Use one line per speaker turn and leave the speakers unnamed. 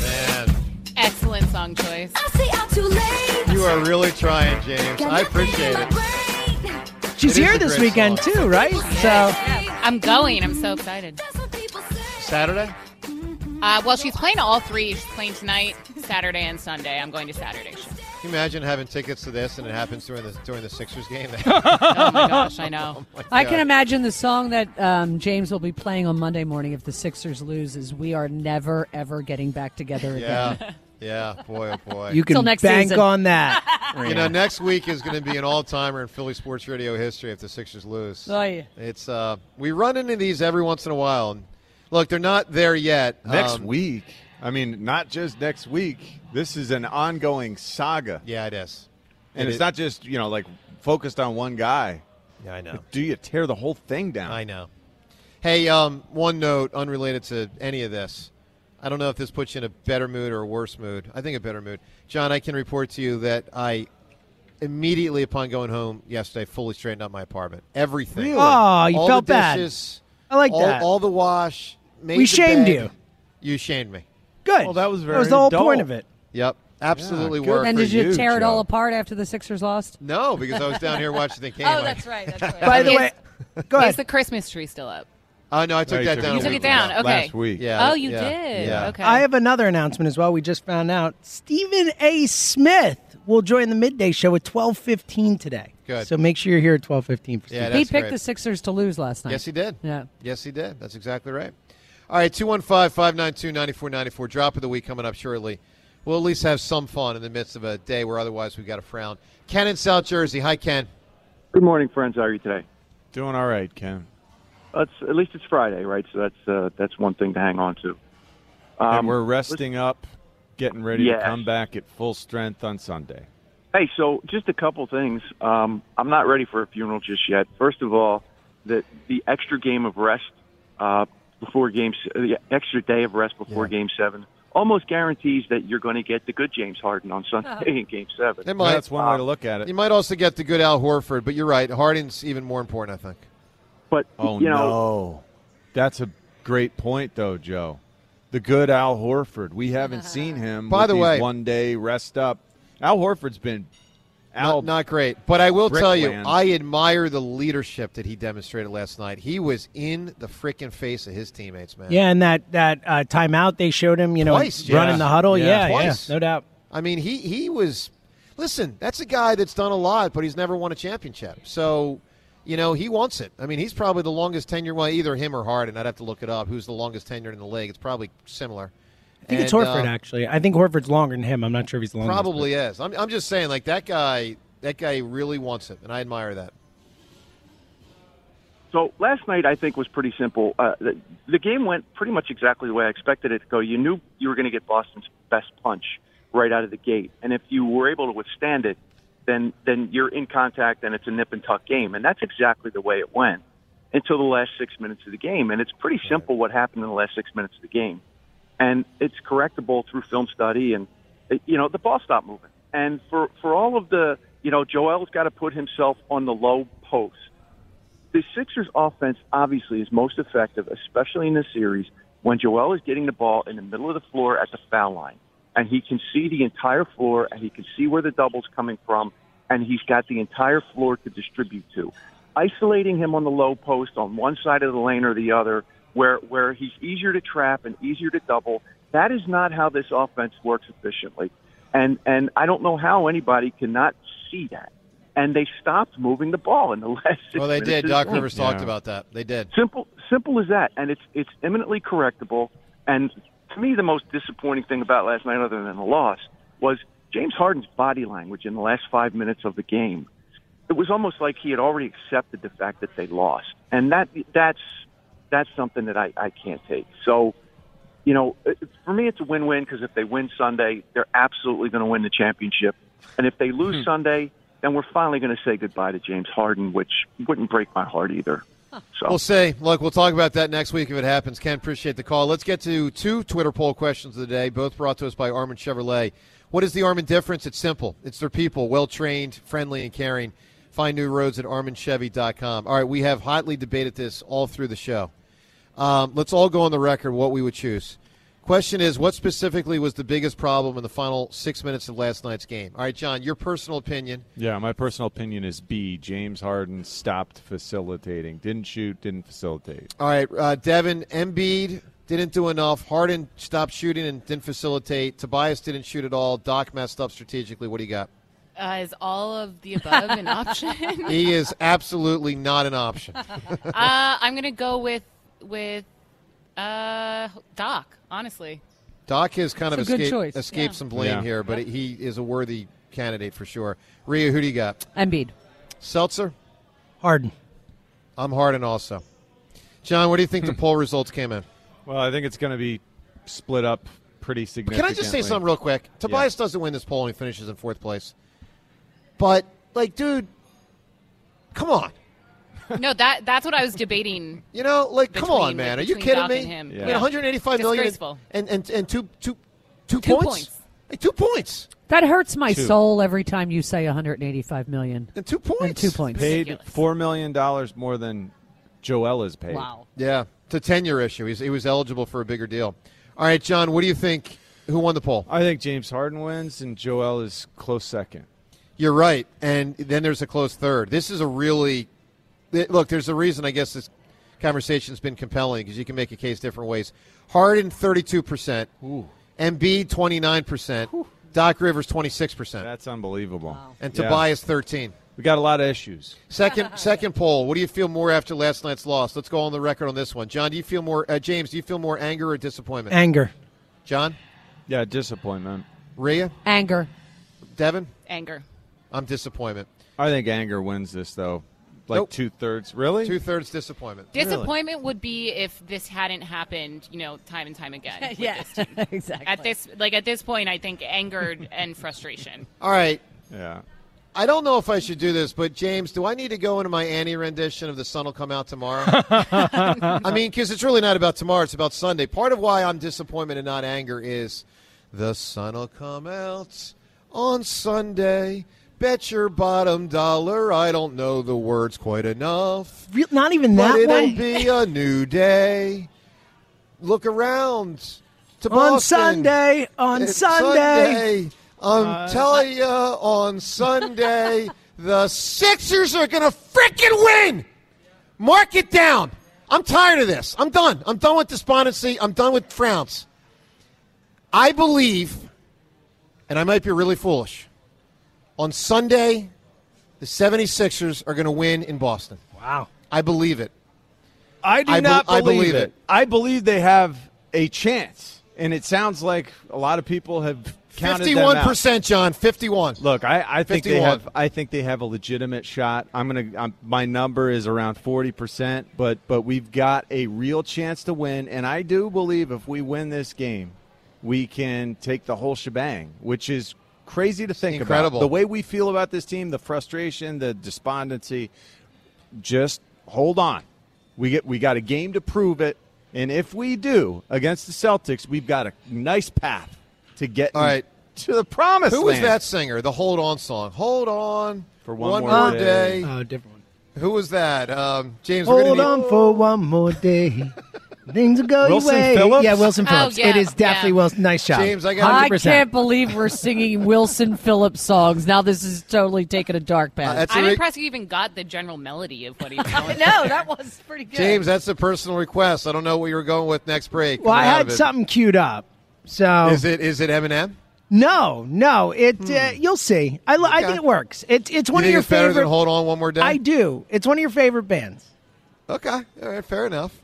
Man,
Excellent song choice.
you are really trying, James. I appreciate it.
She's
It is
here
a
this
great
weekend
song.
too, right? So
I'm going. I'm so excited.
Saturday?
Uh, well, she's playing all three. She's playing tonight, Saturday, and Sunday. I'm going to Saturday. show.
Can you imagine having tickets to this and it happens during the during the Sixers game?
Oh my gosh, I know.
I can imagine the song that um, James will be playing on Monday morning if the Sixers lose is "We Are Never Ever Getting Back Together Again."
Yeah, yeah, boy, oh boy.
you
Till
can
next
bank
season.
on that.
You know, next week is going to be an all-timer in Philly sports radio history if the Sixers lose.
Oh, yeah.
It's uh, we run into these every once in a while. And look, they're not there yet.
Next
Um,
week, I mean, not just next week. This is an ongoing saga,
Yeah, it is.
and
It
it's
is-
not just you know like focused on one guy.
Yeah, I know.
Do you tear the whole thing down?
I know. Hey, um, one note unrelated to any of this. I don't know if this puts you in a better mood or a worse mood. I think a better mood. John, I can report to you that I immediately upon going home yesterday fully straightened out my apartment. Everything.
Really?
Aw, you
all
felt
the
bad.
dishes,
I like
all,
that.
All the wash. Made
We
the
shamed
bed.
you.
You shamed me.
Good.
Well, that was
That was
very
the whole point of
adult.
it.
Yep. Absolutely
good
worked.
And
for
did you,
you,
tear it all
Joe.
apart after the Sixers lost?
no, because I was down here watching the game.
Oh, that's right. That's right.
By the
Is-
way, go
is
ahead.
the Christmas tree still up?
Oh no, I took
No, you
that down.
took it
a
down. You
week
took it down.
ago.
Okay.
Last week.
Yeah.
oh, you
yeah,
did.
yeah.
Okay.
I have another announcement as well. We just found out Stephen A. Smith will join the midday show at twelve fifteen today.
Good.
So make sure you're here at twelve fifteen.
Yeah,
he
that's
picked
great.
the Sixers to lose last night.
Yes, he did.
Yeah.
Yes, he did. That's exactly right. All right, 215 592 9494. Drop of the week coming up shortly. We'll at least have some fun in the midst of a day where otherwise we've got to frown. Ken in South Jersey. Hi, Ken.
Good morning, friends. How are you today?
Doing all right, Ken.
Uh, It's, at least it's Friday, right? So that's uh, that's one thing to hang on to. Um,
and we're resting up, getting ready
Yes.
to come back at full strength on Sunday.
Hey, so just a couple things. Um, I'm not ready for a funeral just yet. First of all, the the extra game of rest uh, before game, s- uh, the extra day of rest before Game Seven, almost guarantees that you're going to get the good James Harden on Sunday in Game Seven.
They
Well,
might-
that's one way to look at
You
it.
might also get the good Al Horford, but you're right. Harden's even more important, I think.
But
Oh
you know,
no, that's a great point though, Joe. The good Al Horford. We haven't seen him.
By
with
the
these
way-
one day rest up. Al Horford's been Al
Not, not great. But I will
Brick
tell you,
land.
I admire the leadership that he demonstrated last night. He was in the freaking face of his teammates, man.
Yeah, and that that uh, timeout they showed him, you know,
Twice, yeah.
running the huddle.
Yeah.
Yeah, yeah,
Twice.
no doubt.
I mean, he he was. Listen, that's a guy that's done a lot, but he's never won a championship. So, you know, he wants it. I mean, he's probably the longest tenure. Well, either him or Harden. I'd have to look it up. Who's the longest tenured in the league? It's probably similar.
I think it's
And,
Horford
uh,
actually. I think Horford's longer than him. I'm not sure if he's longer.
probably is. I'm, I'm just saying, like that guy. That guy really wants it, and I admire that.
So last night, I think was pretty simple. Uh, the, the game went pretty much exactly the way I expected it to go. You knew you were going to get Boston's best punch right out of the gate, and if you were able to withstand it, then then you're in contact, and it's a nip and tuck game, and that's exactly the way it went until the last six minutes of the game, and it's pretty simple what happened in the last six minutes of the game, and it's correctable through film study, and uh, you know the ball stopped moving, and for for all of the you know Joel's got to put himself on the low post the Sixers offense obviously is most effective, especially in this series, when Joel is getting the ball in the middle of the floor at the foul line. And he can see the entire floor and he can see where the double's coming from and he's got the entire floor to distribute to. Isolating him on the low post on one side of the lane or the other where where he's easier to trap and easier to double. That is not how this offense works efficiently, and and I don't know how anybody cannot see that. And they stopped moving the ball in the last. Six
Well, Oh, they
minutes
did.
of the
Doc
game.
Rivers talked
Yeah.
about that. They did.
Simple, simple as that, and it's it's eminently correctable. And to me, the most disappointing thing about last night, other than the loss, was James Harden's body language in the last five minutes of the game. It was almost like he had already accepted the fact that they lost, and that that's that's something that I, I can't take. So, you know, it- for me, it's a win-win because if they win Sunday, they're absolutely going to win the championship, and if they lose Sunday, then we're finally going to say goodbye to James Harden, which wouldn't break my heart either. So
We'll see. Look, we'll talk about that next week if it happens. Ken, appreciate the call. Let's get to two Twitter poll questions of the day, both brought to us by Armand Chevrolet. What is the Armand difference? It's simple. It's their people, well trained, friendly, and caring. Find new roads at armandchevy.com. All right, we have hotly debated this all through the show. Um, let's all go on the record what we would choose. Question is, what specifically was the biggest problem in the final six minutes of last night's game? All right, John, your personal opinion.
Yeah, my personal opinion is B. James Harden stopped facilitating. Didn't shoot, didn't facilitate.
All right, uh, Devin Embiid didn't do enough. Harden stopped shooting and didn't facilitate. Tobias didn't shoot at all. Doc messed up strategically. What do you got?
Uh, is all of the above an option? uh,
He is absolutely not an option.
I'm gonna go with with uh, Doc. Honestly,
Doc has kind
It's
of
a good
escaped,
choice.
escaped
Yeah.
some blame
Yeah.
here, but he is a worthy candidate for sure. Rhea, who do you got?
Embiid.
Seltzer?
Harden.
I'm Harden also. John, what do you think the poll results came in?
Well, I think it's going to be split up pretty
Can
significantly.
I just say something real quick? Tobias doesn't win this poll and he finishes in fourth place. But, like, dude, come on.
no. That that's what I was debating.
You know, like, come on,
between-
man. Are
like,
you
between
kidding
Doc
me?
and him.
I
Yeah.
mean, 185 million
Disgraceful.
and, and, and, and two, two, two
Two
points?
points.
Like, two points.
That hurts my
Two.
soul every time you say 185 million
And two points.
and two points.
Paid
Ridiculous.
four million dollars more than Joel is paid.
Wow.
Yeah. It's a tenure issue. He's, he was eligible for a bigger deal. All right, John, what do you think? Who won the poll?
I think James Harden wins and Joel is close second.
You're right. And then there's a close third. This is a really th- look. There's a reason I guess this conversation's been compelling because you can make a case different ways. Harden 32 percent, Embiid 29 percent, Doc Rivers 26 percent,
That's unbelievable.
and
Yeah.
Tobias 13.
We got a lot of issues.
Second, second poll. What do you feel more after last night's loss? Let's go on the record on this one. John, do you feel more? Uh, James, do you feel more anger or disappointment?
Anger.
John,
Yeah, disappointment.
Rhea,
Anger.
Devin,
Anger.
I'm disappointment.
I think anger wins this though. Like
Nope.
two thirds. Really?
Two thirds disappointment.
Disappointment would be if this hadn't happened, you know, time and time again. with this team.
exactly.
At this, like at this point, I think angered and frustration.
All right.
yeah.
I don't know if I should do this, but James, do I need to go into my Annie rendition of "The Sun Will Come Out Tomorrow"? I mean, because it's really not about tomorrow; it's about Sunday. Part of why I'm disappointed and not anger is the sun will come out on Sunday. Bet your bottom dollar I don't know the words quite enough,
Re- Not even
but
that
it'll
one.
be a new day. Look around to
on
Boston.
Sunday. On
It's
Sunday.
Sunday. I'm
Uh,
telling you, on Sunday, the Sixers are going to freaking win. Mark it down. I'm tired of this. I'm done. I'm done with despondency. I'm done with frowns. I believe, and I might be really foolish, on Sunday, the 76ers are going to win in Boston.
Wow.
I believe it.
I do
I bel-
not
I
believe,
believe
it.
it.
I believe they have a chance, and it sounds like a lot of people have counted them out.
51%, John. 51.
Look, I, I think they
51.
have. I think they have a legitimate shot. I'm gonna. I'm, my number is around forty percent, but but we've got a real chance to win, and I do believe if we win this game, we can take the whole shebang, which is crazy to think
Incredible.
about. The way we feel about this team, the frustration, the despondency. Just hold on. We get. We got a game to prove it, and if we do against the Celtics, we've got a nice path to get.
All right.
To the promise.
Who was
land.
that singer? The Hold On song. Hold on
For one more
day.
day.
Oh, different one.
Who was that? Um, James. we're
Hold
gonna need-
on for one more day.
Things will go
Wilson
your way.
Phillips?
Yeah, Wilson
Oh,
Phillips.
yeah,
It is definitely
yeah.
Wilson. Nice shot.
James, I got-
I
100%.
can't believe we're singing Wilson Phillips songs. Now this is totally taking a dark path.
Uh, That's a
I'm
re-
impressed you even got the general melody of what he was
I
going.
know that was pretty good.
James, that's a personal request. I don't know what you were going with next break.
Well, I
Coming out
had
of it.
something queued up. So
Is it is it Eminem?
no, no. It uh, you'll see. I, lo- I
Okay.
think it works. It's it's
You
one
think
of your
it's better
favorite.
than Hold On One More Day?
I do. It's one of your favorite bands.
okay, all right, fair enough.